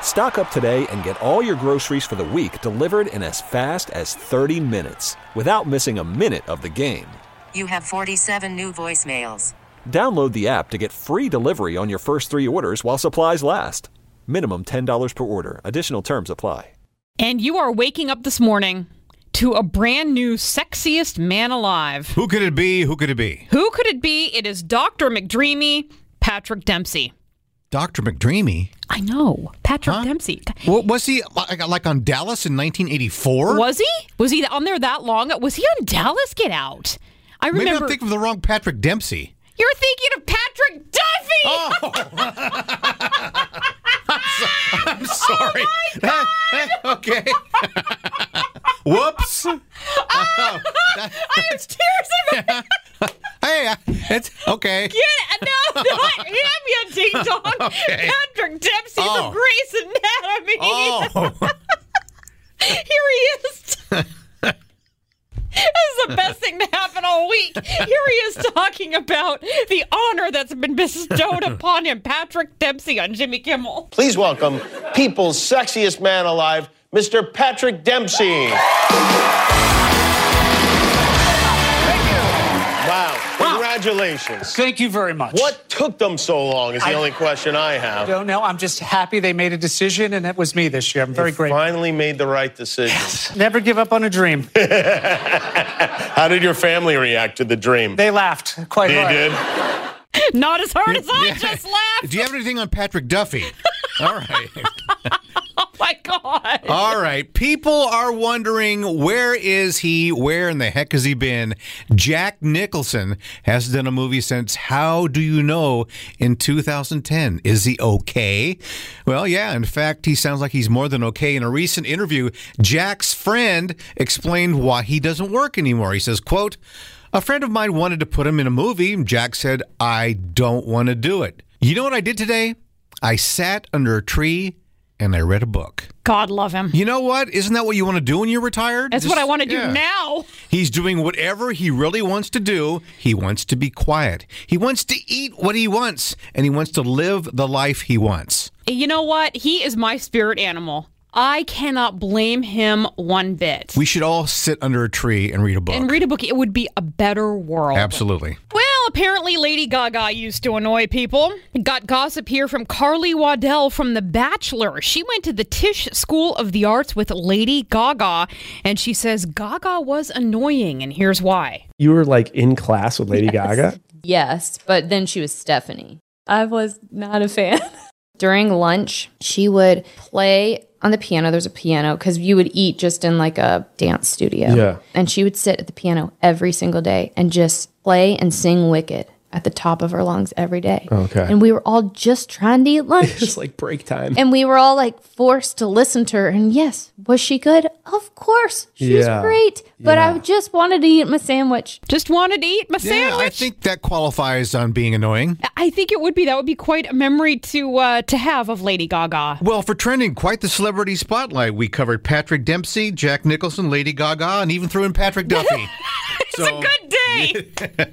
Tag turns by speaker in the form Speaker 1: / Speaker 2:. Speaker 1: Stock up today and get all your groceries for the week delivered in as fast as 30 minutes without missing a minute of the game.
Speaker 2: You have 47 new voicemails.
Speaker 1: Download the app to get free delivery on your first three orders while supplies last. Minimum $10 per order. Additional terms apply.
Speaker 3: And you are waking up this morning to a brand new sexiest man alive.
Speaker 4: Who could it be? Who could it be?
Speaker 3: Who could it be? It is Dr. McDreamy, Patrick Dempsey.
Speaker 4: Dr. McDreamy?
Speaker 3: I know. Patrick
Speaker 4: Huh?
Speaker 3: Dempsey.
Speaker 4: What, was he like, like on Dallas in 1984?
Speaker 3: Was he? Was he on there that long? Was he on Dallas? Get out. I
Speaker 4: Maybe
Speaker 3: remember
Speaker 4: I'm thinking of the wrong Patrick Dempsey.
Speaker 3: you're thinking of Patrick Duffy.
Speaker 4: Oh! I'm
Speaker 3: Oh
Speaker 4: sorry. okay. Whoops.
Speaker 3: I have tears in my
Speaker 4: Hey, it's okay.
Speaker 3: head. No, not him, you ding dong.
Speaker 4: Okay.
Speaker 3: Patrick Dempsey from
Speaker 4: Oh.
Speaker 3: Grey's Anatomy.
Speaker 4: Oh.
Speaker 3: Here he is. this is the best thing to happen all week. Here he is talking about the honor that's been bestowed upon him, Patrick Dempsey on Jimmy Kimmel.
Speaker 5: Please welcome people's sexiest man alive, Mr. Patrick Dempsey. Wow. Congratulations.
Speaker 6: Thank you very much.
Speaker 5: What took them so long is the
Speaker 6: I-
Speaker 5: only question
Speaker 6: I
Speaker 5: I have.
Speaker 6: don't know. I'm just happy they made a decision, and it was me this year. I'm very grateful.
Speaker 5: Finally made the right decision.
Speaker 6: Never give up on a dream.
Speaker 5: How did your family react to the dream?
Speaker 6: They laughed quite
Speaker 5: they
Speaker 6: hard.
Speaker 5: did.
Speaker 3: Not as hard as I
Speaker 4: Yeah.
Speaker 3: just laughed.
Speaker 4: Do you have anything on Patrick Duffy? All right.
Speaker 3: Oh my God.
Speaker 4: All right. People are wondering where is he? Where in the heck has he been? Jack Nicholson hasn't done a movie since How Do You Know in 2010. Is he okay? Well, yeah. In fact, he sounds like he's more than okay. In a recent interview, Jack's friend explained why he doesn't work anymore. He says, quote, a friend of mine wanted to put him in a movie. Jack said, I don't want to do it. You know what I did today? I sat under a tree and I read a book.
Speaker 3: God love him.
Speaker 4: You know what? Isn't that what you want to do when you're retired?
Speaker 3: That's
Speaker 4: Just-
Speaker 3: what I want to do
Speaker 4: yeah.
Speaker 3: now.
Speaker 4: He's doing whatever he really wants to do. He wants to be quiet. He wants to eat what he wants, and he wants to live the life he wants.
Speaker 3: You know what? He is my spirit animal. I cannot blame him one bit.
Speaker 4: We should all sit under a tree and read a book.
Speaker 3: and read a book, it would be a better world.
Speaker 4: Absolutely.
Speaker 3: Well, apparently Lady Gaga used to annoy people. Got gossip here from Carly Waddell from The Bachelor. She went to the Tisch School of the Arts with Lady Gaga, and she says Gaga was annoying, and here's why.
Speaker 7: You were like in class with Lady Gaga.
Speaker 8: Yes, but then she was Stephanie. I was not a fan. During lunch, she would play on the piano. There's a piano because you would eat just in like a dance studio.
Speaker 7: Yeah.
Speaker 8: And she would sit at the piano every single day and just play and sing Wicked at the top of her lungs every day.
Speaker 7: Okay.
Speaker 8: And we were all just trying to eat lunch.
Speaker 7: It's like break time.
Speaker 8: and we were all like forced to listen to her. And yes, was she good? Of course. She
Speaker 7: Yeah.
Speaker 8: was great. But I
Speaker 7: Yeah.
Speaker 8: just wanted to eat my sandwich.
Speaker 3: Just wanted to eat my
Speaker 4: Yeah,
Speaker 3: sandwich.
Speaker 4: I think that qualifies on being annoying.
Speaker 3: I think it would be that would be quite a memory to uh, to have of Lady Gaga.
Speaker 4: Well, for trending, quite the celebrity spotlight. We covered Patrick Dempsey, Jack Nicholson, Lady Gaga, and even threw in Patrick Duffy.
Speaker 3: It's a good day.